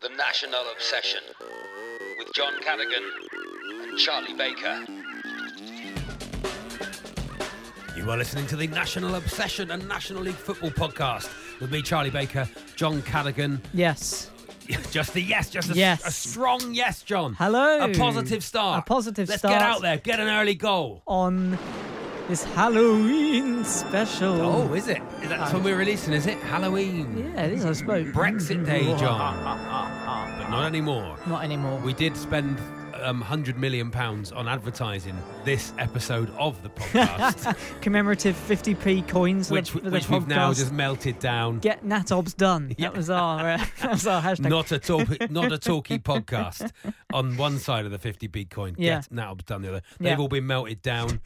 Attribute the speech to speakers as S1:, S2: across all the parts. S1: The National Obsession with John Cadogan and Charlie Baker. You are listening to the National Obsession and National League Football podcast with me, Charlie Baker, John Cadogan.
S2: Yes.
S1: Just the yes, just a,
S2: Yes.
S1: a strong yes, John.
S2: Hello.
S1: A positive start.
S2: A positive
S1: Let's
S2: start. Oh.
S1: get out there, get an early goal.
S2: On this Halloween special.
S1: Oh, is it? That's when we're releasing, is it? Halloween.
S2: yeah, it is, I suppose.
S1: Brexit Day, John. but not anymore.
S2: Not anymore.
S1: We did spend um, 100 million pounds on advertising this episode of the podcast,
S2: Commemorative 50p coins. for
S1: which
S2: the, for the
S1: which we've now
S2: podcast.
S1: just melted down.
S2: Get Natobs done.
S1: Yeah.
S2: That was our uh, that was our hashtag.
S1: Not a talk, not a talky podcast on one side of the 50 big coin.
S2: Yeah.
S1: Get now done the other. They've
S2: Yeah.
S1: all been melted down.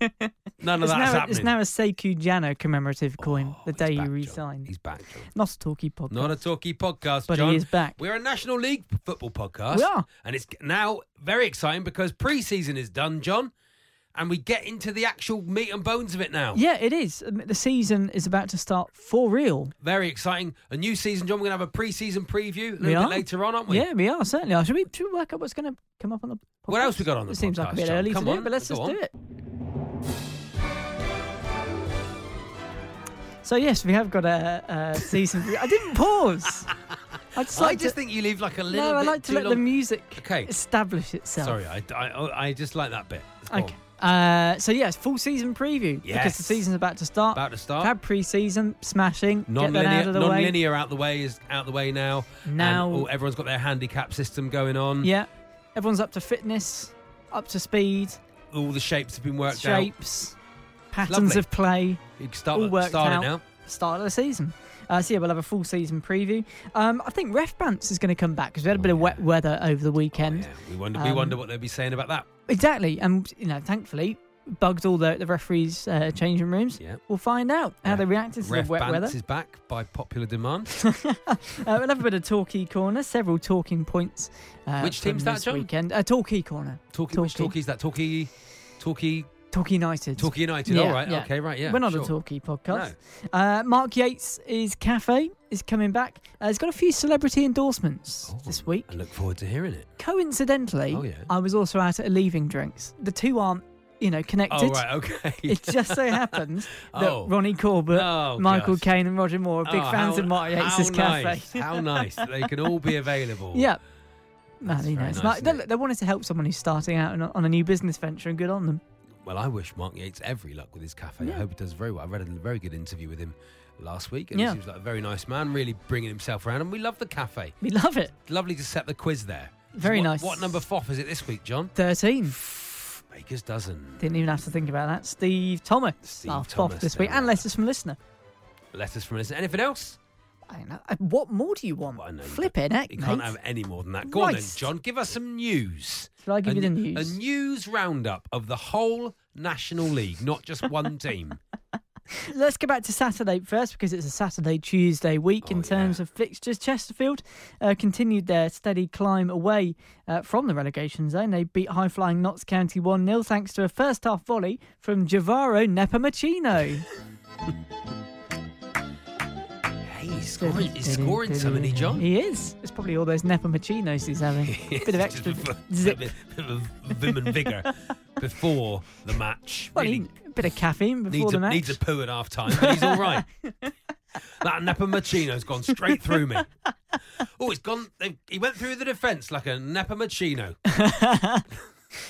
S1: None of
S2: it's,
S1: that's
S2: now,
S1: happening.
S2: it's now a Sekou Jana commemorative coin, the
S1: He's
S2: day
S1: back,
S2: you
S1: John.
S2: resign.
S1: He's back, John.
S2: Not a talkie podcast.
S1: Not a talky podcast,
S2: But he
S1: John.
S2: is back.
S1: We're a National League football podcast.
S2: We are.
S1: And it's now very exciting because pre-season is done, John, and we get into the actual meat and bones of it now.
S2: yeah, it is. Um, The season is about to start for real.
S1: Very exciting. A new season, John. We're going to have a pre-season preview a little
S2: We
S1: bit
S2: are.
S1: later on, aren't we?
S2: Yeah, we are certainly. Should we, should we work out what's going to come up on the? Podcast?
S1: What else we got on the
S2: It seems like a
S1: podcast,
S2: bit
S1: John?
S2: early
S1: Come
S2: to do
S1: on,
S2: it, but let's
S1: go
S2: just
S1: on.
S2: do it. So yes, we have got a, a season. I didn't pause. I just
S1: I
S2: like
S1: just
S2: to,
S1: think you leave like a little
S2: no.
S1: bit
S2: I like to
S1: too
S2: let the
S1: long-
S2: music
S1: Okay.
S2: establish itself.
S1: Sorry, I, I, I just like that bit. Go
S2: Okay.
S1: on.
S2: Uh, so yes, full season preview because
S1: Yes.
S2: the season's about to start.
S1: About to start.
S2: We've had pre-season smashing. Get that out
S1: Non-linear,
S2: of the way.
S1: non-linear out the way is out the way now. And
S2: Now-
S1: all- everyone's got their handicap system going on.
S2: Yeah. Everyone's up to fitness, up to speed,
S1: All the shapes have been worked out.
S2: shapes, patterns
S1: lovely.
S2: of play.
S1: You can start,
S2: all worked
S1: start it
S2: out.
S1: now.
S2: start of the season. Uh, so yeah, we'll have a full season preview. Um, I think Ref Bants is going to come back because we had a
S1: Oh,
S2: bit of
S1: yeah. Oh,
S2: wet weather over the weekend.
S1: Yeah, we wonder, we
S2: um,
S1: wonder what they'll be saying about that.
S2: Exactly, and you know, thankfully, bugged all the, the referees' uh, changing rooms.
S1: Yeah.
S2: We'll find out how
S1: Yeah.
S2: they reacted to
S1: Ref
S2: the wet
S1: Bantz
S2: weather.
S1: is back by popular demand.
S2: Uh, we'll have a bit of talkie corner, several talking points. Uh,
S1: Which
S2: from
S1: team's that,
S2: this
S1: John?
S2: Weekend, uh, talkie corner,
S1: Talkie, which
S2: Talkie.
S1: talkies that? Talkie, talkie,
S2: talkie United.
S1: talkie United.
S2: Yeah,
S1: All right,
S2: yeah.
S1: okay, right, yeah.
S2: We're not
S1: sure.
S2: a talkie podcast. Uh, Mark Yates is cafe is coming back. Uh, he's got a few celebrity endorsements
S1: Oh,
S2: this week.
S1: I look forward to hearing it.
S2: coincidentally,
S1: Oh, yeah.
S2: I was also out at a leaving drinks. The two aren't, you know, connected.
S1: Oh right, okay.
S2: It just so happens that
S1: Oh.
S2: Ronnie Corbett,
S1: Oh,
S2: Michael
S1: gosh.
S2: Caine, and Roger Moore are big
S1: Oh,
S2: fans
S1: how-
S2: of Mark
S1: how
S2: Yates' Cafe.
S1: nice, how nice that they can all be available.
S2: Yeah. Man,
S1: That's
S2: you know,
S1: very
S2: it's
S1: nice,
S2: like-
S1: isn't
S2: they,
S1: it?
S2: they wanted to help someone who's starting out on a, on a new business venture, and good on them.
S1: Well, I wish Mark Yates every luck with his cafe. I
S2: Yeah.
S1: hope it does very well. I read a very good interview with him last week, and he
S2: Yeah.
S1: seems like a very nice man, really bringing himself around. And we love the cafe.
S2: We love it.
S1: Lovely to set the quiz there.
S2: Very
S1: What-
S2: nice.
S1: What number foff is it this week, John?
S2: Thirteen.
S1: Baker's dozen.
S2: Didn't even have to think about that. Steve Thomas
S1: Steve
S2: laughed
S1: Thomas,
S2: off this
S1: there
S2: week,
S1: we
S2: and
S1: are.
S2: letters from listener.
S1: Letters from listeners. Anything else?
S2: I don't know. Uh, What more do you want?
S1: Well, I know you
S2: Flip it, heck,
S1: You can't
S2: mate.
S1: have any more than that. Go on then,
S2: Christ.
S1: John. Give us some news.
S2: Shall I give
S1: a,
S2: you the
S1: n-
S2: news?
S1: A news roundup of the whole National League, not just one team.
S2: Let's go back to Saturday first because it's a Saturday Tuesday week
S1: Oh,
S2: in terms
S1: yeah.
S2: of fixtures. Chesterfield uh, continued their steady climb away uh, from the relegation zone. They beat high flying Notts County 1 0 thanks to a first half volley from Javaro Nepomucino.
S1: Hey, he's scoring, he's scoring so many, John.
S2: He is. It's probably all those Nepomucinos he's having. Bit of extra
S1: Just a
S2: zip.
S1: bit of vim and vigour before the match.
S2: Well,
S1: Really
S2: he- a bit of caffeine before
S1: needs,
S2: the
S1: a,
S2: match.
S1: needs a poo at half time, but he's all right. that Nepomucino's gone straight through me. Oh, it's gone. They, he went through the defence like a Nepomucino.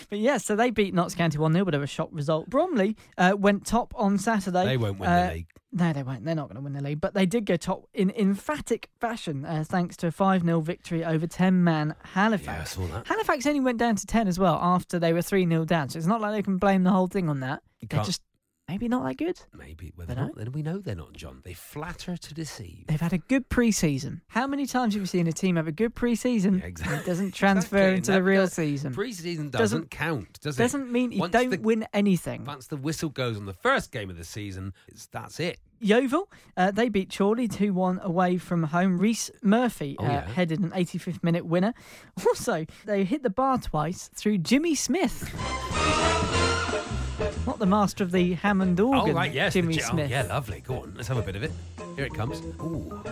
S2: But yeah, so they beat Notts County 1 0, but of a shock result. Bromley uh, went top on Saturday.
S1: They won't win
S2: Uh,
S1: the league.
S2: No, they won't. They're not going to win the league, but they did go top in emphatic fashion uh, thanks to a 5 0 victory over 10 man
S1: Yeah, I
S2: Halifax.
S1: saw that.
S2: Halifax only went down to 10 as well after they were 3 0 down, so it's not like they can blame the whole thing on that.
S1: You
S2: They're
S1: can't-
S2: just maybe not that good.
S1: Maybe. Well, they're
S2: Dunno.
S1: not, then we know they're not, John. They flatter to deceive.
S2: They've had a good pre season. How many times have you seen a team have a good pre season?
S1: Yeah, exactly.
S2: It doesn't transfer
S1: Exactly,
S2: into
S1: and that
S2: the real
S1: does-
S2: season.
S1: Pre-season doesn't,
S2: Doesn't-
S1: count, does it?
S2: doesn't mean you
S1: Once
S2: don't
S1: the-
S2: win anything.
S1: Once the whistle goes on the first game of the season, it's, that's it.
S2: Yeovil, uh, they beat Chorley 2 1 away from home. Reese Murphy
S1: Oh,
S2: uh,
S1: yeah.
S2: headed an 85th minute winner. Also, they hit the bar twice through Jimmy Smith. Not the master of the Hammond organ,
S1: oh, right, yes. the
S2: Jimmy
S1: J- oh,
S2: Smith.
S1: yeah, lovely. Go on, let's have a bit of it. Here it comes. Ooh.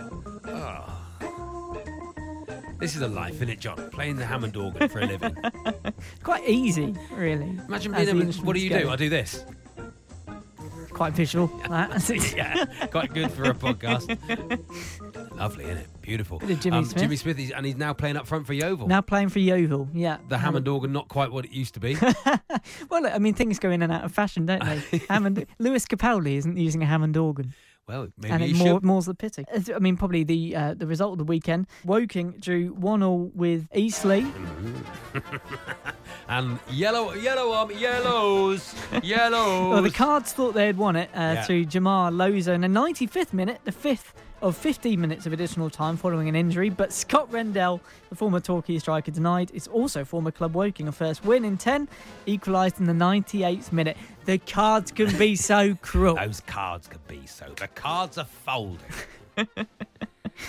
S1: Ah. This is a life, isn't it, John? Playing the Hammond organ for a living.
S2: Quite easy, really.
S1: Imagine
S2: as
S1: being
S2: the
S1: able to- what do you
S2: instruments
S1: do? I do this.
S2: go. Quite visual. that.
S1: yeah, quite good for a podcast. Lovely, isn't it? Beautiful. Um,
S2: Bit of Jimmy Smith.
S1: Jimmy Smith, he's, and he's now playing up front for Yeovil.
S2: Now playing for Yeovil, yeah.
S1: the Hammond organ, not quite what it used to be.
S2: Well, I mean, things go in and out of fashion, don't they? Hammond. Lewis Capaldi isn't using a Hammond organ,
S1: Well, maybe
S2: and
S1: you
S2: it more,
S1: should.
S2: more's the pity. As- Uh, I mean, probably the uh, the result of the weekend. Woking drew one all with Eastleigh.
S1: And yellow, yellow arm, yellows, yellows.
S2: Well, Oh, the Cards thought they had won it uh,
S1: Yeah.
S2: through Jamar Lozo in the 95th minute, the fifth of 15 minutes of additional time following an injury. But Scott Rendell, the former Torquay striker, denied it's also former club Woking a first win in 10, equalised in the 98th minute. The Cards can be so cruel.
S1: Those cards could be so. The cards are folded.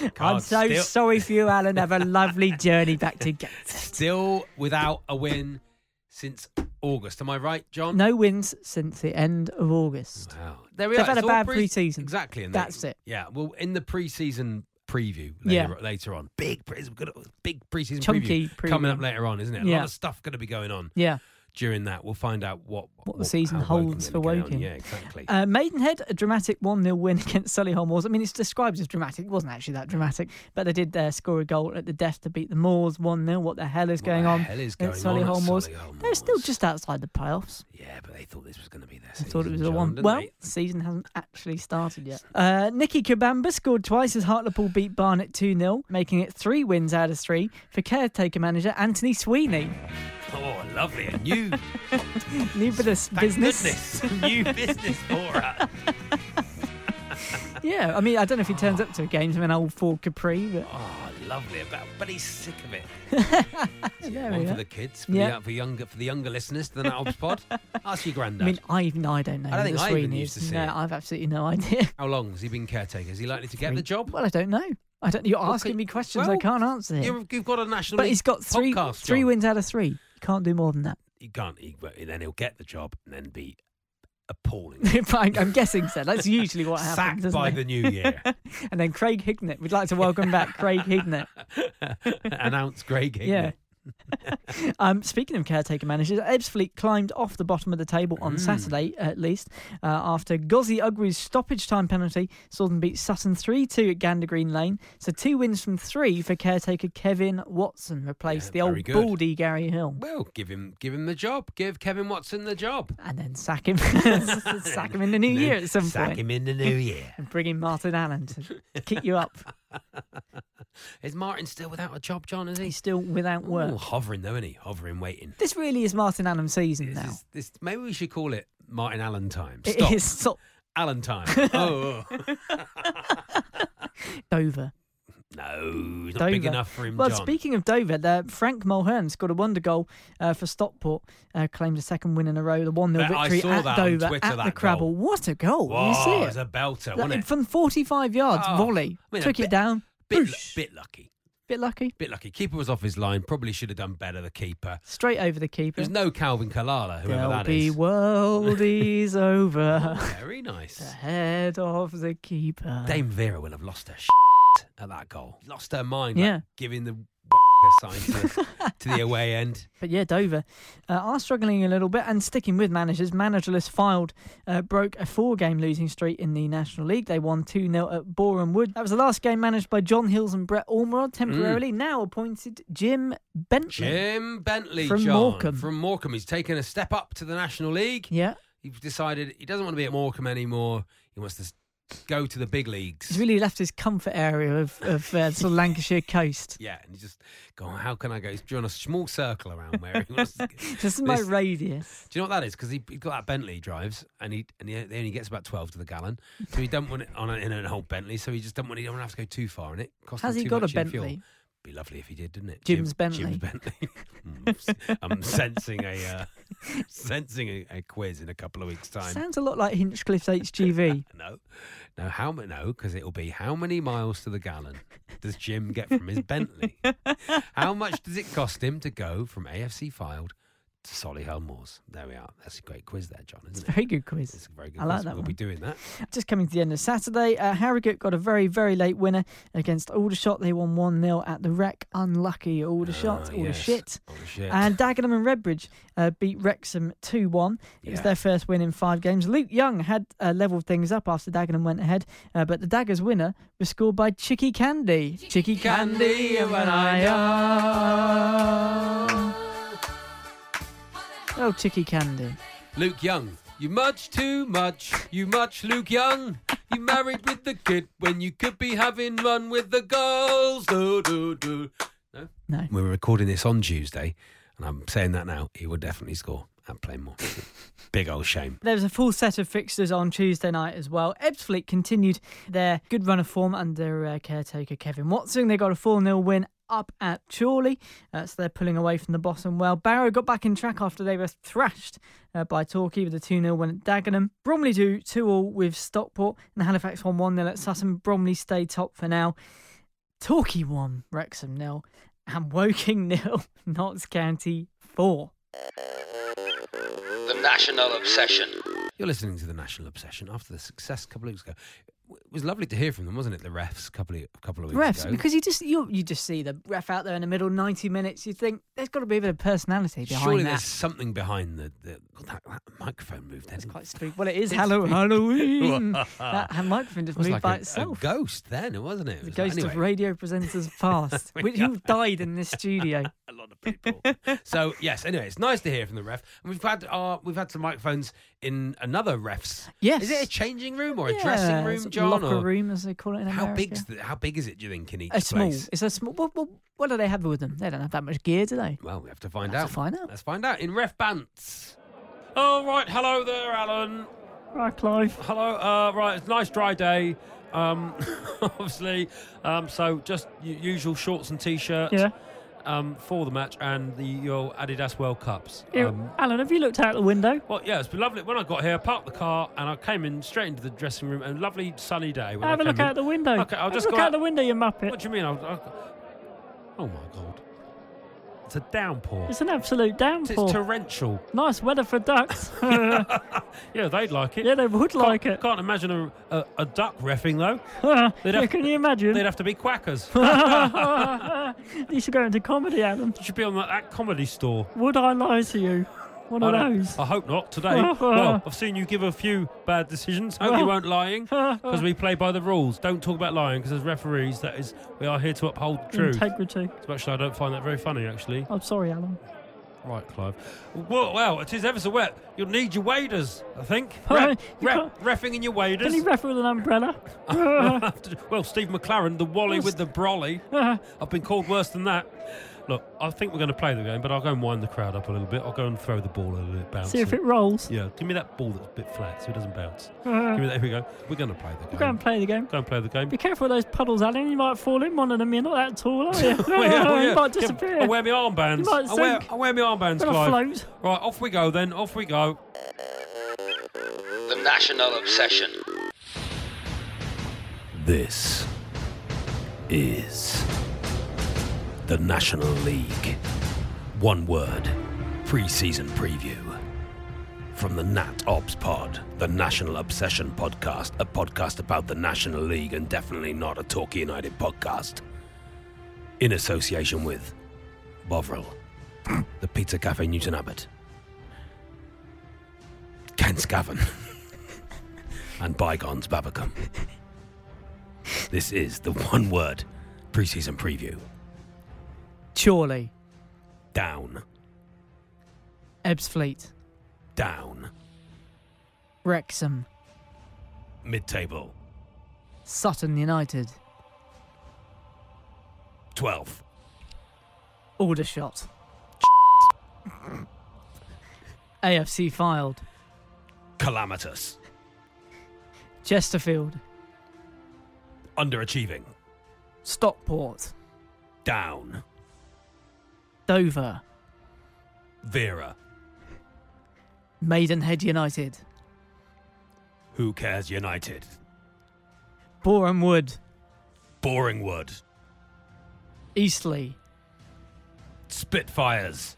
S2: I'm
S1: Cards
S2: so
S1: still,
S2: sorry for you, Alan. Have a lovely journey back to Gateshead.
S1: still without a win since August. Am I right, John?
S2: No wins since the end of August.
S1: Wow. There we
S2: They've
S1: are.
S2: had
S1: It's
S2: a
S1: all
S2: bad pre-season.
S1: Exactly. And
S2: That's
S1: they-
S2: it.
S1: Yeah. Well, in the pre-season preview
S2: Yeah.
S1: later, later on, big pre- it's gonna- big pre-season
S2: Chunky
S1: preview coming
S2: preview.
S1: up later on, isn't it? A
S2: Yeah.
S1: lot of stuff going to be going on
S2: Yeah.
S1: during that. We'll find out what
S2: What the season
S1: how Woking
S2: holds
S1: are
S2: for
S1: gonna get on.
S2: Woking.
S1: Yeah, exactly.
S2: Uh, Maidenhead, a dramatic 1 0 win against Solihull Moors. I mean, it's described as dramatic. It wasn't actually that dramatic, but they did uh, score a goal at the death to beat the Moors 1 0. What the hell is
S1: What
S2: going
S1: the
S2: on?
S1: hell is
S2: at
S1: going on at
S2: Solihull Moors?
S1: Solihull
S2: They're still
S1: Moors?
S2: just outside the playoffs.
S1: yeah, but they thought this was going to be their
S2: I
S1: season.
S2: thought it was the
S1: John,
S2: one.
S1: didn't
S2: Well,
S1: they?
S2: the season hasn't actually started yet. Uh, Nicky Kabamba scored twice as Hartlepool beat Barnet 2 0, making it three wins out of three for caretaker manager Anthony Sweeney.
S1: oh, lovely. A new
S2: New bit of
S1: Thank
S2: business.
S1: Goodness. New business for us.
S2: Yeah, I mean, I don't know if he turns up to a game in an old Ford Capri, but
S1: Oh, lovely. But, but he's sick of it.
S2: there
S1: one
S2: we
S1: for
S2: are.
S1: the kids, for,
S2: Yeah.
S1: the, for younger for the younger listeners to the Nat Hobbs pod. Ask your granddad.
S2: I mean, I even I don't know.
S1: I don't
S2: who
S1: think
S2: the
S1: I even
S2: Sweeney
S1: used
S2: is.
S1: to see
S2: No,
S1: it.
S2: I've absolutely no idea.
S1: How long has he been caretaker? Is he likely to get the job?
S2: Well, I don't know. I don't. You're asking
S1: Okay,
S2: me questions I
S1: well,
S2: can't answer. Here.
S1: You've, you've got a national.
S2: But he's got three
S1: podcast,
S2: three
S1: John.
S2: wins out of three. You can't do more than that.
S1: He can't. He, but then he'll get the job and then be appalling.
S2: I'm I'm guessing so. That's usually what happens.
S1: Sacked
S2: doesn't
S1: by
S2: it?
S1: the new year.
S2: And then Craig Hignett. We'd like to welcome back Craig Hignett.
S1: Announce Greg Higney.
S2: Yeah. um, speaking of caretaker managers, Ebbsfleet climbed off the bottom of the table
S1: Mm.
S2: on Saturday, at least, uh, after Gozzy Ugru's stoppage time penalty saw them beat Sutton 3 2 at Gander Green Lane. So two wins from three for caretaker Kevin Watson, replaced
S1: Yeah,
S2: the
S1: very
S2: old
S1: good.
S2: baldy Gary Hill.
S1: Well, give him give him the job. Give Kevin Watson the job.
S2: And then sack him, sack him in the new
S1: And then
S2: year at some
S1: sack
S2: point,
S1: him in the new year.
S2: and bring in Martin Allen to kick you up.
S1: Is Martin still without a job, John? Is he?
S2: He's still without work.
S1: Ooh, hovering though, isn't he? Hovering, waiting.
S2: This really is Martin Allen's
S1: This
S2: season now.
S1: is, this, maybe we should call it Martin Allen time.
S2: It
S1: Stop.
S2: is so
S1: Allen time. oh, oh.
S2: over.
S1: no, he's not big
S2: Dover.
S1: enough for him,
S2: Well,
S1: John.
S2: speaking of Dover, the Frank Mulhern scored a wonder goal uh, for Stockport, uh, claimed a second win in a row, the 1 0
S1: Uh, I
S2: victory
S1: saw
S2: at
S1: that on
S2: Dover
S1: Twitter,
S2: at the
S1: that
S2: Crabble.
S1: goal.
S2: What a goal!
S1: Whoa,
S2: you see
S1: it
S2: it?
S1: was a belter,
S2: Like,
S1: wasn't it?
S2: From 45 yards,
S1: Oh,
S2: volley,
S1: I mean, a
S2: took it
S1: bit-
S2: down.
S1: Bit, lu-
S2: Boosh.
S1: bit lucky.
S2: Bit lucky.
S1: Bit lucky. Keeper was off his line. Probably should have done better, the keeper.
S2: Straight over the keeper.
S1: There's no Calvin Kalala, whoever
S2: There'll
S1: that
S2: be
S1: is.
S2: worldies over
S1: Very nice.
S2: the head of the keeper.
S1: Dame Vera will have lost her shit at that goal. Lost her mind.
S2: Yeah.
S1: Like, giving the sign to, to the away end.
S2: But yeah, Dover uh, are struggling a little bit and sticking with managers. Managerless filed uh, broke a four game losing streak in the National League. They won 2 0 at Boreham Wood. That was the last game managed by John Hills and Brett Ormerod, temporarily now appointed Jim Bentley.
S1: Mm. Jim Bentley,
S2: From
S1: John,
S2: Morecambe.
S1: From Morecambe. He's taken a step up to the National League.
S2: Yeah,
S1: He's decided he doesn't want to be at Morecambe anymore. He wants to s- go to the big leagues.
S2: he's really left his comfort area of, of uh, sort of Lancashire coast.
S1: yeah, and he's just going, how can I go? He's drawn a small circle around where he wants to
S2: This is my
S1: This-
S2: radius.
S1: Do you know what that is? Because he he got that Bentley he drives, and he and he, he only gets about twelve to the gallon, so he don't want it on a, in an old Bentley. So he just don't want he don't want to have to go too far in it. Cost
S2: Has
S1: him
S2: he
S1: too
S2: got a
S1: much in Fuel.
S2: Bentley?
S1: Be lovely if he did, didn't it?
S2: Jim's Bentley.
S1: Jim's Bentley. Mm, I'm sensing a uh, sensing a, a quiz in a couple of weeks' time.
S2: Sounds a lot like Hinchcliffe's HGV.
S1: no, no, how ma- no? Because it'll be how many miles to the gallon does Jim get from his Bentley? how much does it cost him to go from AFC filed Solihull Moors. There we are. That's a great quiz there, John,
S2: It's
S1: isn't
S2: a
S1: it?
S2: very good quiz.
S1: It's a very good
S2: I like
S1: quiz.
S2: that
S1: we'll be doing that.
S2: Just coming to the end of Saturday, uh, Harrogate got a very, very late winner against Aldershot. They won 1 0 at the wreck. Unlucky Aldershot.
S1: Ah,
S2: all the
S1: yes.
S2: shit.
S1: Oh, shit.
S2: And Dagenham and Redbridge uh, beat Wrexham 2 1. It was
S1: Yeah.
S2: their first win in five games. Luke Young had uh, levelled things up after Dagenham went ahead, uh, but the Daggers winner was scored by Chicky Candy. Chicky Candy, and when I Oh, Chicky Candy.
S1: Luke Young. You much too much. You much Luke Young. You married with the kid when you could be having run with the girls. Do, do, do. No?
S2: No.
S1: We were recording this on Tuesday, and I'm saying that now. He will definitely score at Plainmore. Big old shame.
S2: There was a full set of fixtures on Tuesday night as well. Ebbsfleet continued their good run of form under uh, caretaker Kevin Watson. They got a 4 0 win up at Chorley, uh, so they're pulling away from the bottom. Well, Barrow got back in track after they were thrashed uh, by Torquay with a 2 0 win at Dagenham. Bromley do 2 all with Stockport, and Halifax won 1 0 at Sutton. Bromley stay top for now. Torquay won, Wrexham nil, and Woking nil, Notts County 4.
S3: The National Obsession.
S1: You're listening to the National Obsession after the success a couple of weeks ago. It was lovely to hear from them, wasn't it? The refs a couple of, a couple of weeks
S2: refs
S1: ago.
S2: because you just you you just see the ref out there in the middle ninety minutes. You think there's got to be a bit of personality behind
S1: Surely
S2: that.
S1: there's something behind the, the God, that, that microphone moved. That's
S2: It's quite spooky. Well, it is Hallow- Halloween. that ha- microphone just
S1: It was
S2: moved
S1: like
S2: by
S1: a,
S2: itself.
S1: a ghost then, wasn't it? it
S2: the
S1: was
S2: ghost
S1: like,
S2: of
S1: anyway,
S2: radio presenters past, which who died in this studio.
S1: a lot of people. so yes, anyway, it's nice to hear from the ref. And we've had our we've had some microphones in another refs.
S2: Yes.
S1: Is it a changing room or a
S2: Yeah,
S1: dressing
S2: it's
S1: room,
S2: a
S1: John?
S2: Locker
S1: or
S2: room, as they call it in
S1: How
S2: America.
S1: big's the, how big is it? Do you think in each
S2: a small?
S1: place?
S2: It's a small. What, what, what do they have with them? They don't have that much gear, do they?
S1: Well, we have to find
S2: Have
S1: out.
S2: to find out.
S1: Let's find out in ref bants. Oh right, hello there, Alan.
S2: Right, Clive.
S1: Hello. Uh, right, it's a nice dry day. Um, obviously, um, so just u- usual shorts and t-shirt.
S2: Yeah.
S1: Um, for the match and the your Adidas World Cups. Um,
S2: Alan, have you looked out the window?
S1: well, yeah, it's been lovely. When I got here, I parked the car and I came in straight into the dressing room. And lovely sunny day. When I
S2: Have a
S1: came
S2: look
S1: in.
S2: out the window.
S1: Okay, I'll
S2: Have a
S1: just
S2: look
S1: go
S2: out
S1: out-
S2: the window, you muppet.
S1: What do you mean? I, I, oh my god! It's a downpour.
S2: It's an absolute
S1: It's
S2: downpour.
S1: torrential.
S2: Nice weather for ducks. yeah,
S1: Yeah, they'd like it.
S2: they would like
S1: can't,
S2: it.
S1: Can't imagine a, a, a duck refing though. They'd
S2: yeah,
S1: have-
S2: can you
S1: They'd
S2: imagine?
S1: have to be quackers.
S2: you should go into comedy, Alan.
S1: should be on that, that comedy store.
S2: Would I lie to you? One
S1: I
S2: of
S1: don't-
S2: those.
S1: I hope not today. well, I've seen you give a few bad decisions. Hope you weren't lying because we play by the rules. Don't talk about lying because as referees, that is, we are here to uphold the truth.
S2: Integrity.
S1: As much as I don't find that very funny, actually.
S2: I'm sorry, Alan.
S1: Right, Clive. Well, well, it is ever so wet. You'll need your waders, I think.
S2: Hi,
S1: Ref,
S2: you
S1: ref, refing in your waders.
S2: Can you ref with an umbrella?
S1: well, Steve McLaren, the Wally with the brolly. I've been called worse than that. Look, I think we're going to play the game, but I'll go and wind the crowd up a little bit. I'll go and throw the ball a little bit bouncy.
S2: See if it rolls.
S1: Yeah, give me that ball that's a bit flat so it doesn't bounce.
S2: Uh,
S1: Give me that. Here we go. We're going to play the game.
S2: go and play the game.
S1: Go and play the game.
S2: Be careful of those puddles, Alan. You might fall in one of them. You're not that tall, are you?
S1: Oh, yeah, oh,
S2: You
S1: yeah.
S2: might
S1: Yeah,
S2: disappear.
S1: I wear my armbands.
S2: You might
S1: I, wear,
S2: sink.
S1: I wear my armbands,
S2: Gonna
S1: Clive.
S2: float.
S1: Right, off we go then. Off we go.
S3: The National Obsession.
S1: This is the National League. One word, pre season preview. From the Nat Ops Pod, the National Obsession Podcast, a podcast about the National League and definitely not a Torquay United podcast. In association with Bovril, the Pizza Cafe Newton Abbott, Ken Scaven, and Bygones Babacom. This is the one word preseason preview.
S2: Chorley,
S1: Down,
S2: Ebbsfleet,
S1: down,
S2: Wrexham,
S1: mid table,
S2: Sutton United,
S1: 12th.
S2: Aldershot. AFC filed.
S1: Calamitous,
S2: Chesterfield.
S1: underachieving,
S2: Stockport.
S1: down,
S2: Dover.
S1: Vera,
S2: Maidenhead United.
S1: who cares United,
S2: Boreham Wood.
S1: Boringwood,
S2: Eastleigh.
S1: Spitfires,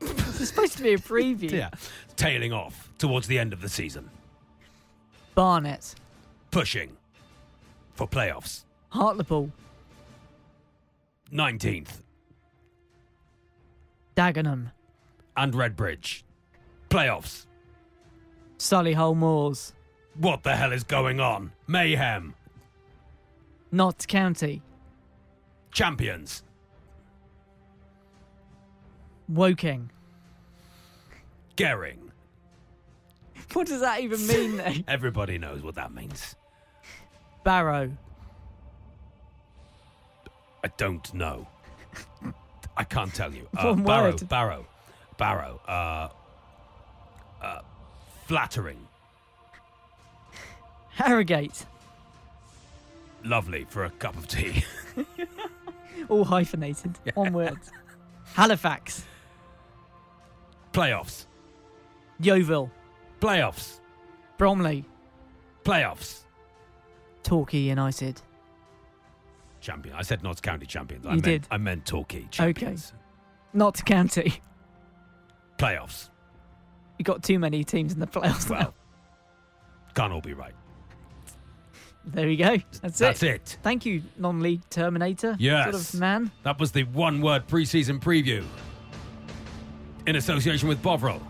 S2: It's supposed to be a preview.
S1: Yeah. Tailing off towards the end of the season.
S2: Barnet,
S1: Pushing for playoffs.
S2: Hartlepool,
S1: 19th
S2: Dagenham,
S1: and Redbridge. Playoffs.
S2: Solihull Moors,
S1: What the hell is going on? Mayhem.
S2: Notts County,
S1: Champions.
S2: Woking.
S1: Gering.
S2: What does that even mean, though?
S1: Everybody knows what that means.
S2: Barrow,
S1: I don't know. I can't tell you. Uh,
S2: One
S1: Barrow,
S2: word.
S1: Barrow, Barrow. Uh, uh, flattering,
S2: Harrogate,
S1: lovely for a cup of tea.
S2: all hyphenated, one word. Halifax,
S1: playoffs,
S2: Yeovil,
S1: playoffs,
S2: Bromley,
S1: playoffs.
S2: Torquay United.
S1: Champion. I said Notts County champions. I
S2: You
S1: meant,
S2: did.
S1: I meant Torquay champions.
S2: Notts County.
S1: Playoffs.
S2: You got too many teams in the playoffs. now.
S1: Well, can't all be right.
S2: there we go. That's,
S1: That's
S2: it.
S1: it.
S2: Thank you, non-league Terminator. Sort
S1: Yes.
S2: of man.
S1: That was the one word preseason preview in association with Bovril.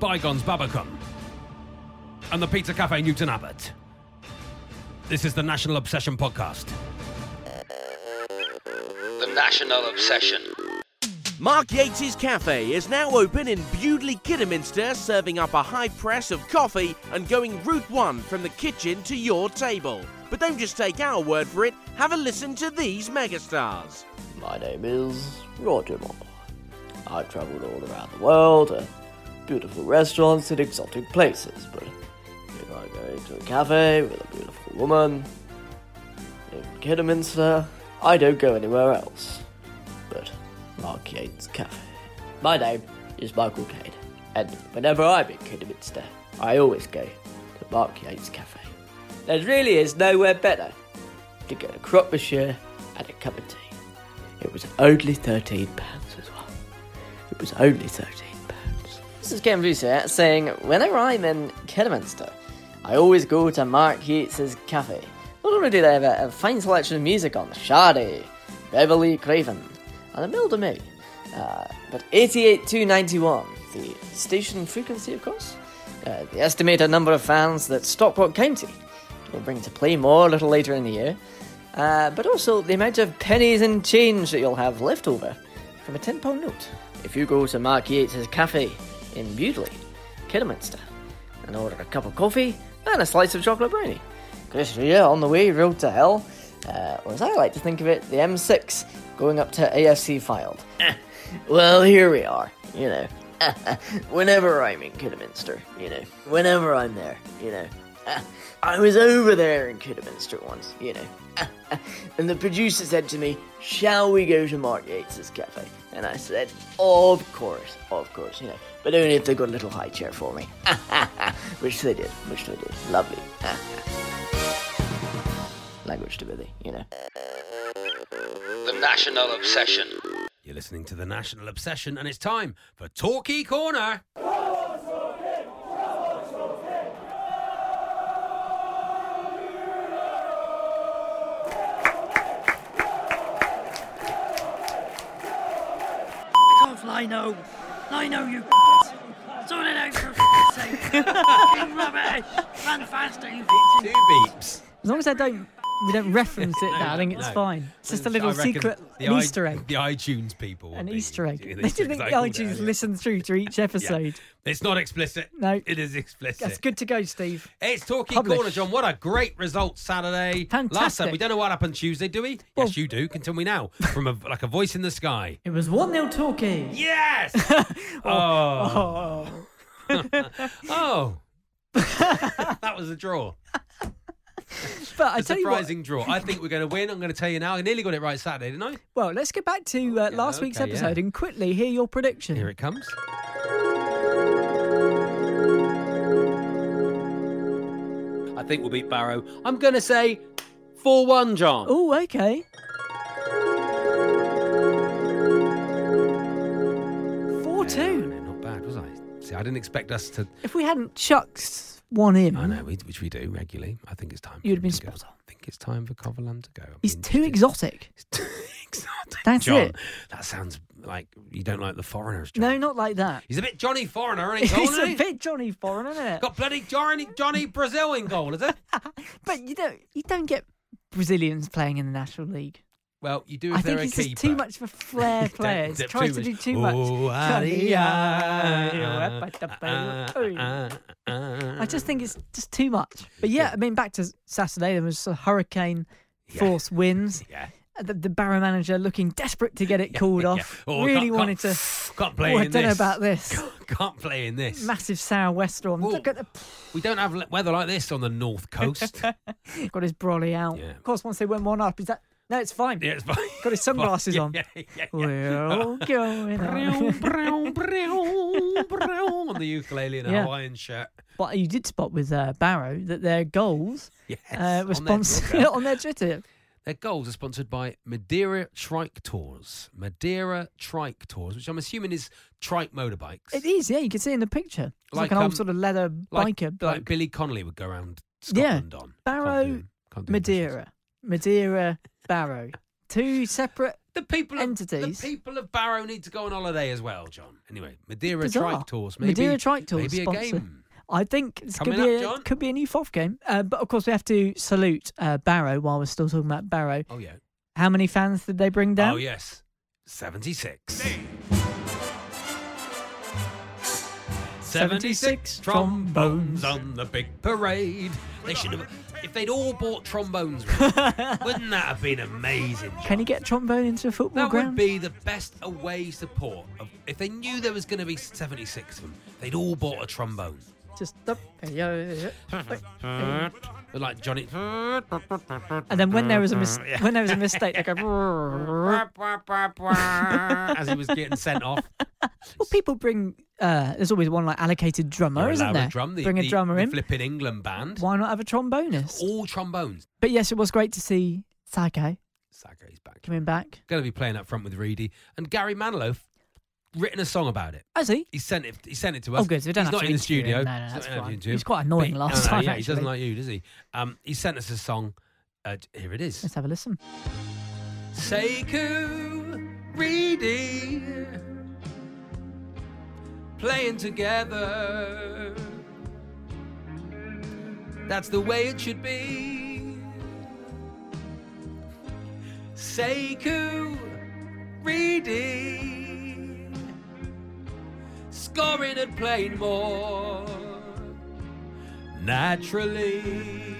S1: Bygones Babacom and the Pizza Cafe Newton Abbott. This is the National Obsession Podcast.
S3: The National Obsession.
S4: Mark Yates's Cafe is now open in Bewdley, Kidderminster, serving up a high press of coffee and going route one from the kitchen to your table. But don't just take our word for it, have a listen to these megastars.
S5: My name is Roger Moore. I've travelled all around the world to beautiful restaurants and exotic places, but if I go into a cafe with a beautiful woman in Kidderminster, I don't go anywhere else but Mark Yates Cafe. My name is Michael Cade, and whenever I'm in Kidderminster, I always go to Mark Yates Cafe. There really is nowhere better to get a croque monsieur and a cup of tea. It was only £13 as well. It was only £13. This is Ken Busier saying, whenever I'm in Kidderminster, I always go to Mark Yates's Cafe. Not only do they have a, a fine selection of music on Sade, Beverly Craven, and Emile de May, uh, but 88291, the station frequency, of course, uh, the estimated number of fans that Stockport County will bring to play more a little later in the year, uh, but also the amount of pennies and change that you'll have left over from a £10 note if you go to Mark Yates's cafe in Bewdley, Kidderminster, and order a cup of coffee and a slice of chocolate brownie. Chris Rea on the way, road to hell, uh, or as I like to think of it, the M6 going up to AFC filed. Well, here we are, you know. whenever I'm in Kidderminster, you know. Whenever I'm there, you know. I was over there in Kidderminster once, you know. and the producer said to me, Shall we go to Mark Yates's cafe? And I said, Of course, of course, you know. But only if they got a little high chair for me. which they did, which they did. Lovely. Language stability, you know.
S3: The National Obsession.
S1: You're listening to the National Obsession, and it's time for Torquay Corner.
S6: off, Lino. Lino, you f***ing sort it out for f***ing sake. Fucking rubbish. Run faster, you
S1: Two
S6: bitch.
S1: beeps.
S2: As long as I don't, we don't reference it. now, I think it's
S1: No.
S2: fine. It's just a little
S1: I reckon
S2: secret
S1: the
S2: an
S1: i-
S2: Easter egg.
S1: The iTunes people. would
S2: An
S1: be-
S2: Easter egg.
S1: Yeah,
S2: They didn't think the
S1: I called it
S2: iTunes
S1: earlier.
S2: listened through to each
S1: Yeah.
S2: episode.
S1: It's not explicit.
S2: No.
S1: It is explicit.
S2: That's good to go, Steve.
S1: It's Torquay
S2: Publish.
S1: Corner, John. What a great result Saturday. Last
S2: Fantastic.
S1: time, we don't know what happened Tuesday, do we?
S2: Well-
S1: yes, you do. Can tell me now from a, like a voice in the sky.
S2: It was 1 0 Torquay.
S1: Yes. oh.
S2: Oh.
S1: Oh. that was a draw.
S2: But I
S1: A
S2: tell you what,
S1: surprising draw. I think we're going to win. I'm going to tell you now. I nearly got it right Saturday, didn't I?
S2: well, let's get back to uh, last week's
S1: okay, yeah.
S2: episode and quickly hear your prediction.
S1: Here it comes.
S7: I think we'll beat Barrow. I'm going to say 4 1, John.
S2: Oh, okay.
S1: I didn't expect us to.
S2: If we hadn't chucked one in,
S1: I know, we- which we do regularly. I think it's time. for
S2: You'd have
S1: him
S2: been
S1: to go.
S2: spot on.
S1: I think it's time for Coverland to go. I'm
S2: he's too
S1: interested.
S2: exotic.
S1: He's too exotic.
S2: That's
S1: John,
S2: it.
S1: That sounds like you don't like the foreigners. John.
S2: No, not like that.
S1: He's a bit Johnny Foreigner, ain't he? Colin,
S2: He's a
S1: isn't he?
S2: bit Johnny Foreign, isn't it?
S1: Got bloody Johnny, Johnny Brazil in goal, is it?
S2: But you don't, you don't get Brazilians playing in the National League.
S1: Well, you do if
S2: I
S1: they're
S2: think
S1: a
S2: it's just
S1: keeper.
S2: too much of a flair player. It
S1: Don't-
S2: tries to do too
S1: Oh,
S2: much.
S1: ah, ah,
S2: I just think it's just too much. But yeah, I mean, back to Saturday, there was a hurricane force winds.
S1: Yeah.
S2: The, the Barrow manager looking desperate to get it called
S1: Yeah.
S2: off.
S1: Oh,
S2: really
S1: can't-
S2: wanted
S1: can't-
S2: to.
S1: Can't
S2: Oh,
S1: play
S2: I
S1: in
S2: don't know
S1: this.
S2: about this.
S1: Can't play in this.
S2: Massive sou'wester on.
S1: Whoa.
S2: Look at the
S1: We don't have le- weather like this on the north coast. yeah,
S2: got his brolly out.
S1: Yeah.
S2: Of course, once they went one up, is that no? It's fine.
S1: it's fine.
S2: Got his sunglasses
S1: Yeah,
S2: on.
S1: Yeah, yeah, yeah.
S2: We're all going
S1: Brown,
S2: on.
S1: brown, brown, brown on the ukulele and a
S2: Yeah.
S1: Hawaiian shirt.
S2: But you did spot with uh, Barrow that their goals
S1: Yes.
S2: uh,
S1: on
S2: were
S1: their
S2: sponsored
S1: program.
S2: on their Twitter.
S1: Their goals are sponsored by Madeira Trike Tours. Madeira Trike Tours, which I'm assuming is trike motorbikes.
S2: It is, yeah. You can see in the picture. It's
S1: Like,
S2: like, an
S1: um,
S2: old sort of leather
S1: like,
S2: biker.
S1: like
S2: bloke.
S1: Billy Connolly would go around
S2: Yeah.
S1: Scotland on.
S2: Barrow,
S1: Can't do- can't do impressions.
S2: Madeira, Madeira, Barrow, two separate.
S1: The people of,
S2: Entities.
S1: The people of Barrow need to go on holiday as well, John. Anyway, Madeira
S2: Bizarre.
S1: Trike Tours. Maybe,
S2: Madeira Trike Tours
S1: Maybe a
S2: sponsor.
S1: game.
S2: I think this could
S1: Coming
S2: be
S1: up,
S2: a,
S1: John.
S2: could be a new FOF game. Uh, but of course, we have to salute uh, Barrow while we're still talking about Barrow.
S1: Oh yeah.
S2: How many fans did they bring down?
S1: Oh yes. Seventy six.
S2: 76
S1: 76 trombones on the big parade. They should have. If they'd all bought trombones, with them, wouldn't that have been amazing? John?
S2: Can you get a trombone into a football
S1: That would
S2: ground?
S1: be the best away support. Of, if they knew there was going to be 76 of them, they'd all bought a trombone.
S2: Just up. yeah, yeah, yeah.
S1: They're like Johnny.
S2: And then when there was a mis- when there was a mistake, they go. "Brrr."
S1: as he was getting sent off.
S2: Well, people bring. Uh, there's always one like allocated drummer,
S1: You're
S2: isn't
S1: allowed
S2: there?
S1: A drum, the,
S2: bring a
S1: the-
S2: drummer
S1: the Oh.
S2: in.
S1: Flipping England band.
S2: Why not have a trombonist?
S1: All trombones.
S2: But yes, it was great to see Sakai
S1: Saka, he's back.
S2: coming back.
S1: Going to be playing up front with Reedy. And Gary Manilow written a song about it.
S2: Has he?
S1: He sent it. He sent it to
S2: Oh,
S1: us.
S2: good, so we don't
S1: he's
S2: have
S1: not
S2: to
S1: in the
S2: interview him.
S1: studio.
S2: No, no,
S1: He's not in
S2: that's
S1: the
S2: fine.
S1: studio.
S2: He was quite annoying
S1: But-
S2: last
S1: no, no,
S2: time,
S1: Yeah, he doesn't
S2: actually.
S1: like you, does he? Um, he sent us a song. Uh, here it is.
S2: Let's have a listen.
S1: Seiku, Reedy, playing together. That's the way it should be. Seiku, Reedy, scoring and playing more naturally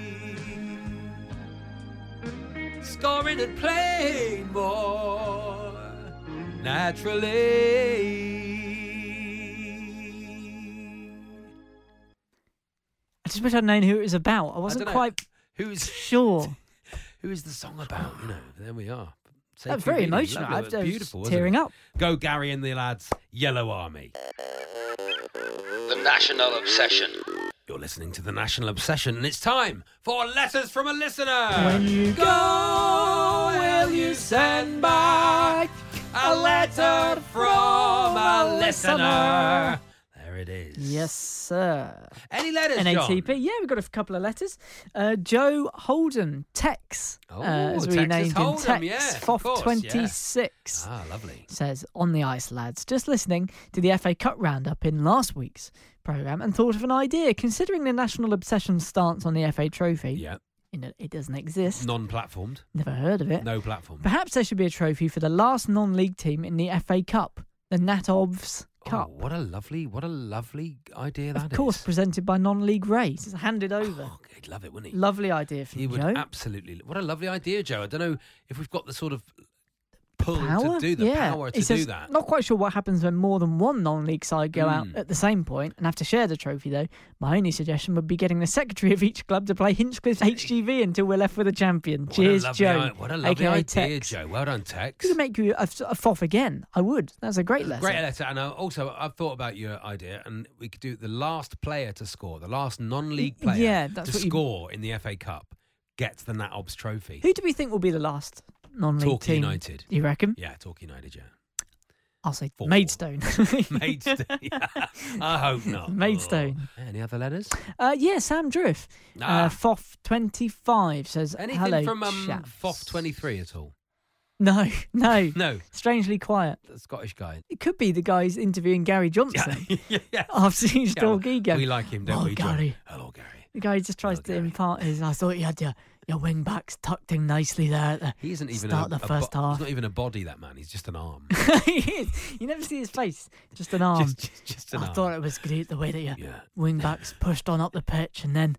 S1: scoring and playing more naturally.
S2: I just wish I'd known who it was about. I wasn't
S1: dunno.
S2: quite
S1: Who's
S2: sure.
S1: who is the song about? You know, there we are.
S2: That
S1: Safety
S2: was very
S1: Reading,
S2: emotional.
S1: lovely,
S2: I
S1: but
S2: was
S1: beautiful, wasn't
S2: tearing
S1: it?
S2: up.
S1: Go, Gary and the lads, Yellow Army.
S3: The National Obsession.
S1: You're listening to the National Obsession, and it's time for letters from a listener.
S2: When you
S1: go, will you send back a letter from a listener? There it is.
S2: Yes, sir.
S1: Any letters,
S2: NATP.
S1: John?
S2: Yeah, we've got a couple of letters. Uh, Joe Holden, Tex,
S1: Oh,
S2: uh, as we
S1: Texas
S2: named him,
S1: Hold'em,
S2: Tex
S1: yeah, of
S2: FOF
S1: course, yeah.
S2: 26.
S1: Ah, lovely.
S2: says on the ice lads just listening to the fa cup roundup in last week's program and thought of an idea considering the national obsession stance on the fa trophy
S1: Yeah,
S2: you know, it doesn't exist
S1: non-platformed,
S2: never heard of it
S1: no platform.
S2: perhaps there should be a trophy for the last non-league team in the fa cup the natovs
S1: Oh,
S2: cup
S1: what a lovely, what a lovely idea that
S2: of
S1: is.
S2: course presented by non-league rays it's handed over
S1: Oh, he'd love it, wouldn't he?
S2: lovely idea from
S1: he would
S2: joe
S1: absolutely. What a lovely idea, Joe. I don't know if we've got the sort of pull
S2: Power?
S1: to do the
S2: yeah.
S1: power
S2: He
S1: to
S2: says,
S1: do that.
S2: Not quite sure what happens when more than one non-league side go out
S1: Mm.
S2: at the same point and have to share the trophy. Though my only suggestion would be getting the secretary of each club to play Hinchcliffe's HGV until we're left with a champion.
S1: What a
S2: Cheers,
S1: lovely
S2: Joe.
S1: i- What a lovely
S2: aka
S1: idea,
S2: Tex.
S1: Joe. Well done, Tex.
S2: If You could make you a, a foff again. I would. That's a great lesson.
S1: Great letter, and I also I've thought about your idea, and we could do the last player to score, the last non-league
S2: Y-
S1: player
S2: yeah, that's
S1: to
S2: what you-
S1: score in the FA Cup gets the Nat Obbs Trophy.
S2: Who do we think will be the last non-league
S1: Torquay
S2: team?
S1: United.
S2: You reckon?
S1: Yeah, Torquay United, yeah.
S2: I'll say
S1: Four.
S2: Maidstone.
S1: Maidstone. I hope not.
S2: Maidstone.
S1: Oh. Any other letters?
S2: uh, yeah, Sam Drift.
S1: Ah.
S2: Uh, Foff25 says,
S1: Anything
S2: hello,
S1: from um,
S2: chaps."
S1: FOF23 at all?
S2: No, no.
S1: No,
S2: Strangely quiet.
S1: the Scottish guy.
S2: It could be the guy who's interviewing Gary Johnson
S1: yeah, yeah.
S2: after he's
S1: Yeah, well,
S2: dog ego.
S1: We like him, don't
S2: Oh,
S1: we, John?
S2: Gary.
S1: Hello, Gary.
S2: The guy who just tries
S1: Oh,
S2: to
S1: Gary.
S2: impart his. I thought you had your, your wing backs tucked in nicely there. At the,
S1: He isn't even
S2: start
S1: a,
S2: the
S1: a
S2: first
S1: bo-
S2: half.
S1: He's not even a body, that man. He's just an arm.
S2: He is. You never see his face, just an arm.
S1: just, just, just an
S2: I
S1: arm.
S2: thought it was great the way that your
S1: Yeah.
S2: wing backs pushed on up the pitch and then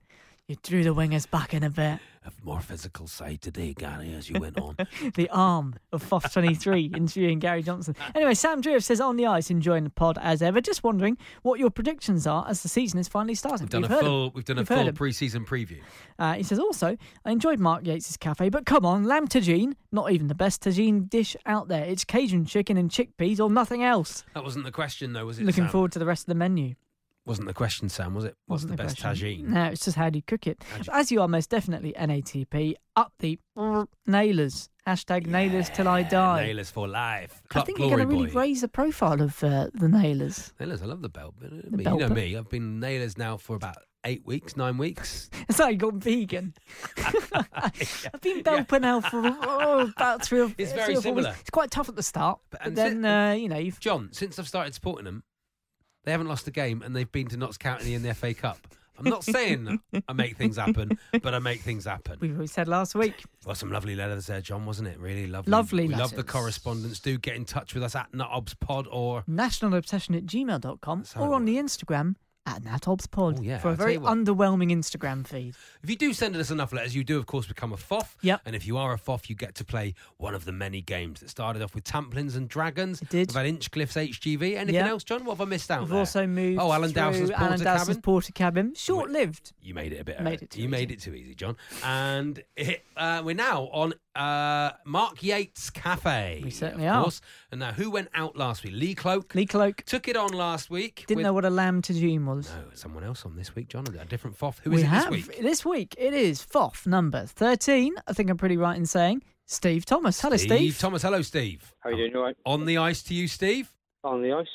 S2: you drew the wingers back in a bit.
S1: A more physical side today, Gary, as you went on.
S2: the arm of Foff23 interviewing Gary Johnson. Anyway, Sam Drift says on the ice, enjoying the pod as ever. Just wondering what your predictions are as the season is finally starting.
S1: We've done
S2: We've
S1: a
S2: heard
S1: full.
S2: him.
S1: We've done a
S2: You've heard
S1: full
S2: him.
S1: pre-season preview.
S2: Uh, he says also, I enjoyed Mark Yates's cafe, but come on, lamb tagine, not even the best tagine dish out there. It's Cajun chicken and chickpeas or nothing else.
S1: That wasn't the question, though, was it?
S2: Looking
S1: Sam?
S2: forward to the rest of the menu.
S1: Wasn't the question, Sam? Was it? What's
S2: wasn't
S1: the best
S2: question.
S1: tagine?
S2: No, it's just how do you cook it.
S1: How do you-
S2: But as you are most definitely NATP, up the nailers. Hashtag nailers till I
S1: Yeah,
S2: die.
S1: Nailers for life.
S2: I
S1: Club
S2: think you're
S1: Glory
S2: going to really
S1: Boy.
S2: raise the profile of uh, the nailers.
S1: Nailers, I love the belt. But, I mean, you
S2: belt
S1: know
S2: bit.
S1: me, I've been nailers now for about eight weeks, nine weeks.
S2: It's like you got vegan. I've been belping now for oh, about three or
S1: It's
S2: three
S1: very
S2: or four weeks.
S1: similar.
S2: It's quite tough at the start,
S1: But-
S2: but,
S1: and
S2: then
S1: si-
S2: uh, you know you've
S1: John, since I've started supporting them, they haven't lost a game and they've been to Notts County in the FA Cup. I'm not saying I make things happen, but I make things happen.
S2: we said last week.
S1: Well, some lovely letters there, John, wasn't it? Really lovely.
S2: Lovely
S1: We love the
S2: letters.
S1: correspondence. Do get in touch with us at NutObsPod or
S2: Nationalobsession at gmail.com
S1: That's how
S2: or
S1: it
S2: on the Instagram at natobspod
S1: Oh, yeah,
S2: for a
S1: I'll tell
S2: very
S1: you what.
S2: underwhelming Instagram feed.
S1: If you do send us enough letters, you do, of course, become a FOF.
S2: Yep.
S1: And if you are a FOF, you get to play one of the many games that started off with Tamplins and Dragons.
S2: It did.
S1: We've had Inchcliffe's HGV. Anything
S2: Yep.
S1: else, John? What have I missed out
S2: We've
S1: there?
S2: also moved
S1: Oh, Alan
S2: through
S1: Dowson's Porter
S2: Alan Dowson's
S1: Cabin.
S2: Porter Cabin. Short lived.
S1: You made it a bit.
S2: Made
S1: early.
S2: it too
S1: you made
S2: easy.
S1: it too easy, John. And it, uh, we're now on uh, Mark Yates Cafe.
S2: We certainly
S1: of
S2: are.
S1: Course. And now, who went out last week? Lee Cloak
S2: Lee Cloak
S1: took it on last week.
S2: didn't
S1: with-
S2: know what a lamb tagine was.
S1: No, someone else on this week, John. A different FOF. Who is
S2: we
S1: it
S2: have
S1: this week?
S2: week, It is FOF number thirteen. I think I'm pretty right in saying Steve Thomas. Hello, Steve.
S1: Thomas. Hello, Steve.
S8: How you doing? You all right?
S1: On the ice to you, Steve.
S8: On the ice?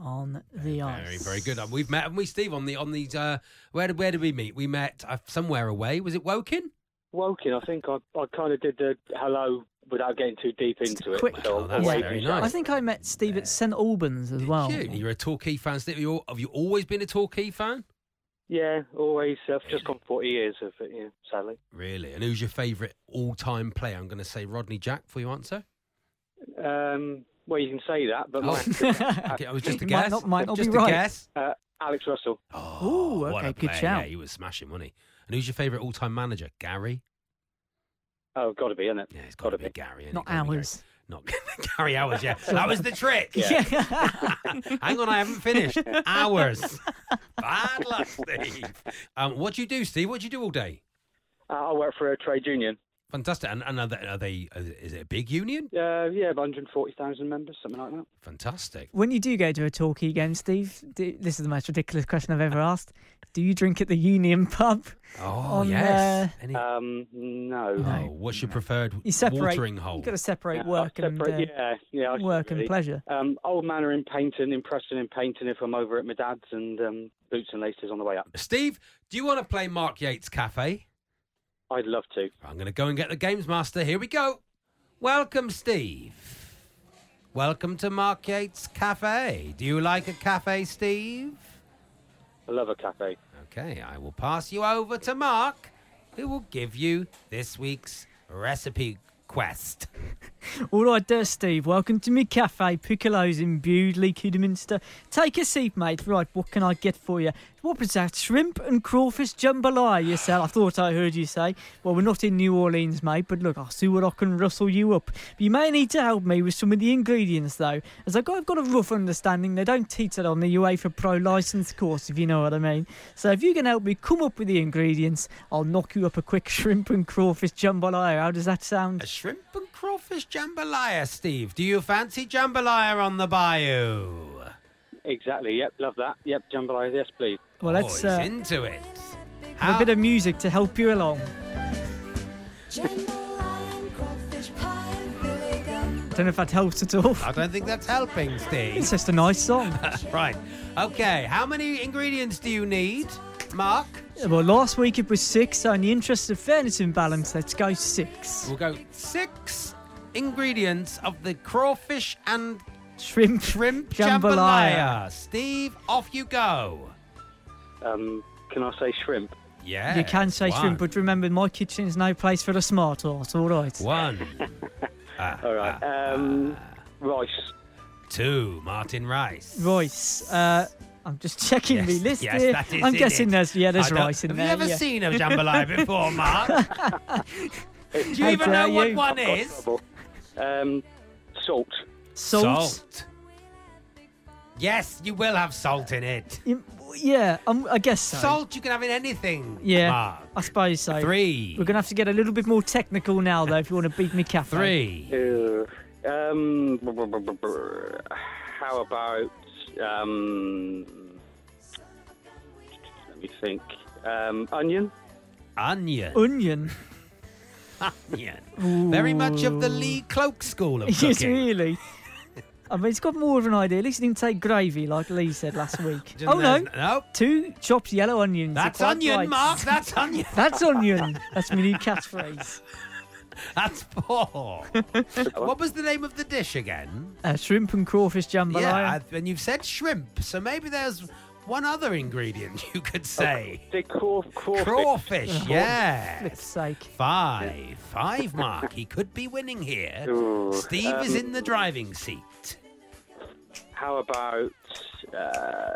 S2: on the ice.
S1: Very, very good. And We've met, haven't we, Steve? On the on these, uh, where did where did we meet? We met uh, somewhere away. Was it Woking?
S8: Woking, I think I, I kind of did the hello without getting too deep into it.
S2: quick-
S8: so
S1: Oh, that's
S8: away
S1: very
S8: from that.
S1: nice.
S2: I think I met Steve at St Albans as
S1: Did
S2: well.
S1: you? You're a Torquay fan, Steve. You're, have you always been a Torquay fan?
S8: Yeah, always. I've just gone 40 years of it, yeah, sadly.
S1: Really? And who's your favourite all-time player? I'm going to say Rodney Jack for your
S2: Uh,
S1: answer.
S8: Um, well, you can say that, but
S1: Oh.
S8: mine-
S1: Okay, I was just a
S2: Might
S1: guess.
S2: not- might not
S1: just
S2: be
S1: a
S2: right.
S1: guess.
S8: uh, Alex Russell.
S1: Oh,
S2: Ooh,
S1: what a
S2: okay, good
S1: player.
S2: shout.
S1: Yeah, he was smashing, wasn't he? And who's your favourite all-time manager? Gary.
S8: Oh, got to be, isn't it?
S1: Yeah, it's got to be Gary. hasn't it?
S2: Not
S1: Gotta be Gary.
S2: ours.
S1: Not Gary hours. Yeah, that was the trick.
S8: Yeah.
S1: Hang on, I haven't finished. Hours. Bad luck, Steve. Um, what do you do, Steve? What do you do all day?
S8: Uh, I work for a trade union.
S1: Fantastic. And, and are they, are they uh, is it a big union?
S8: Uh, yeah, about 140,000 members, something like that.
S1: Fantastic.
S2: When you do go to a Torquay game, Steve, do, this is the most ridiculous question I've ever asked. Do you drink at the Union pub?
S1: Oh,
S2: On, uh,
S1: yes. Any-
S8: Um, no.
S1: oh, what's your preferred
S2: You separate.
S1: watering hole?
S2: You've got to
S8: Yeah,
S2: separate
S8: I
S2: work and
S8: separate-
S2: uh,
S8: yeah, yeah, I
S2: work and
S8: really-
S2: pleasure.
S8: Um, old manor in painting, in Preston in painting if I'm over at my dad's, and um, boots and laces on the way up.
S1: Steve, do you want to play Mark Yates Cafe?
S8: I'd love to.
S1: I'm going to go and get the Games Master. Here we go. Welcome, Steve. Welcome to Mark Yates Cafe. Do you like a cafe, Steve?
S8: I love a cafe.
S1: Okay, I will pass you over to Mark, who will give you this week's recipe quest.
S2: All right, there, Steve. Welcome to my cafe, Piccolo's in Bewdley, Kidderminster. Take a seat, mate. Right, what can I get for you? What was that? Shrimp and crawfish jambalaya, you said. I thought I heard you say. Well, we're not in New Orleans, mate, but look, I'll see what I can rustle you up. You may need to help me with some of the ingredients, though, as I've got, I've got a rough understanding they don't teach it on the UEFA Pro License course, if you know what I mean. So if you can help me come up with the ingredients, I'll knock you up a quick shrimp and crawfish jambalaya. How does that sound?
S1: A shrimp and crawfish jambalaya, Steve. Do you fancy jambalaya on the bayou?
S8: Exactly. Yep, love that. Yep, jambalaya. Yes, please.
S2: Well,
S1: oh,
S2: that's
S1: he's
S2: uh,
S1: into it.
S2: have a bit of music to help you along.
S9: Jambalaya and crawfish pie and Billy Gumbo.
S2: don't know if that helps at all.
S1: I don't think that's helping,
S2: It's
S1: Steve.
S2: just a nice song.
S1: right. Okay. How many ingredients do you need, Mark?
S2: well, last week it was six, so in the interest of fairness and balance, let's go six.
S1: We'll go six ingredients of the crawfish and
S2: Shrimp,
S1: shrimp
S2: jambalaya.
S1: jambalaya. Steve, off you go.
S8: Um, can I say shrimp?
S1: Yeah.
S2: You can say shrimp, but remember, my kitchen is no place for the smart arts, all right?
S1: One,
S8: All right. Um, rice.
S1: two, Martin Rice.
S2: Rice. Uh, I'm just checking the list
S1: yes,
S2: here.
S1: that is
S2: I'm
S1: in
S2: guessing
S1: it.
S2: there's yeah,
S1: I
S2: there's
S1: don't-
S2: rice in
S1: have
S2: there.
S1: you ever
S2: yeah.
S1: seen a jambalaya before, Mark? Do you
S2: How
S1: even
S2: dare
S1: know what
S2: you.
S1: one
S8: Got
S1: is?
S8: trouble. Um, salt.
S2: salt?
S1: Yes, you will have salt in it.
S2: You- Yeah, um, I guess so.
S1: Salt you can have in anything.
S2: Yeah,
S1: Mark.
S2: I suppose so.
S1: Ah, Three.
S2: We're gonna have to get a little bit more technical now, though, if you want to beat me, Cafe.
S1: Three.
S8: Uh, um, br- br- br- br- br- how about um, let me think. Um, onion.
S1: Onion.
S2: Onion.
S1: Onion. Very much of the Lee Cloak school of
S2: yes,
S1: cooking.
S2: really. I mean, it's got more of an idea. At least it didn't say gravy like Lee said last week.
S1: Just
S2: oh no,
S1: there's- No.
S2: two chopped yellow onions. are
S1: That's
S2: quite
S1: onion,
S2: right.
S1: Mark. That's onion.
S2: That's onion. That's my new catchphrase.
S1: That's four. what was the name of the dish again?
S2: Uh, shrimp and crawfish jambalaya.
S1: Yeah, I- and you've said shrimp, so maybe there's one other ingredient you could say.
S8: Say craw- crawfish.
S1: Crawfish,
S2: Flip's
S1: yes.
S2: sake.
S1: Five, five, Mark. He could be winning here.
S8: Ooh,
S1: Steve is
S8: um,
S1: in the driving seat.
S8: How about uh,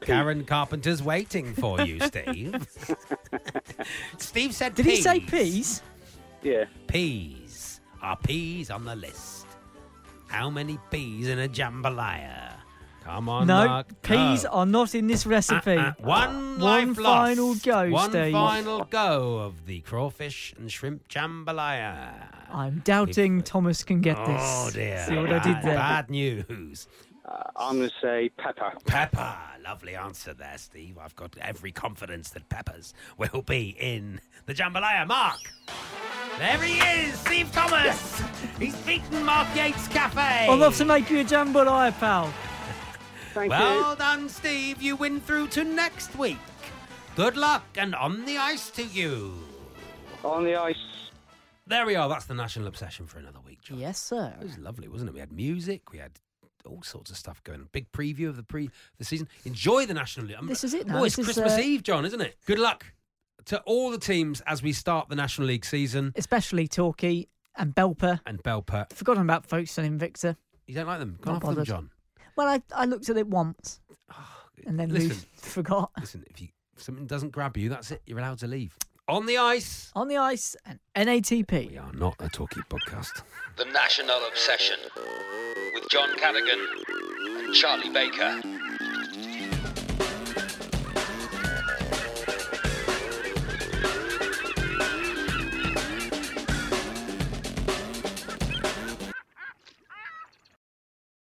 S1: Karen Carpenter's waiting for you, Steve. Steve said
S2: Did
S1: peas.
S2: he say peas?
S8: yeah?
S1: Peas. Are peas on the list? How many peas in a jambalaya? Come on,
S2: no,
S1: Mark.
S2: peas
S1: go.
S2: are not in this recipe.
S1: Uh, one
S2: One
S1: life
S2: final
S1: lost.
S2: go,
S1: One
S2: Steve.
S1: final go of the crawfish and shrimp jambalaya.
S2: I'm doubting Thomas can get this.
S1: Oh dear!
S2: See what I did
S1: Bad-
S2: there?
S1: Bad news.
S8: Uh, I'm gonna say pepper.
S1: Pepper, lovely answer there, Steve. I've got every confidence that Peppers will be in the jambalaya. Mark, there he is, Steve Thomas. He's beaten Mark Yates Cafe.
S2: I'd love to make you a jambalaya, pal.
S8: Thank
S1: Well done, Steve. You win through to next week. Good luck and on the ice to you.
S8: you. On the ice.
S1: There we are. That's the national obsession for another week, John.
S2: Yes, sir.
S1: It was lovely, wasn't it? We had music, we had all sorts of stuff going. Big preview of the pre the season. Enjoy the national. League.
S2: This is it now.
S1: Oh, it's
S2: This is,
S1: Christmas
S2: uh,
S1: Eve, John, isn't it? Good luck to all the teams as we start the national league season.
S2: Especially Torquay and Belper.
S1: And Belper,
S2: Forgotten about Folkestone Invicta.
S1: you don't like them?
S2: Not
S1: Gone off them,
S2: bothered.
S1: John.
S2: Well, I, I looked at it once and then we
S1: Oh, listen,
S2: forgot.
S1: listen. If you if something doesn't grab you, that's it. You're allowed to leave. On the ice.
S2: On the ice and
S1: We
S2: NATP.
S1: are not a talkie podcast.
S3: The National Obsession with John Cadogan and Charlie Baker.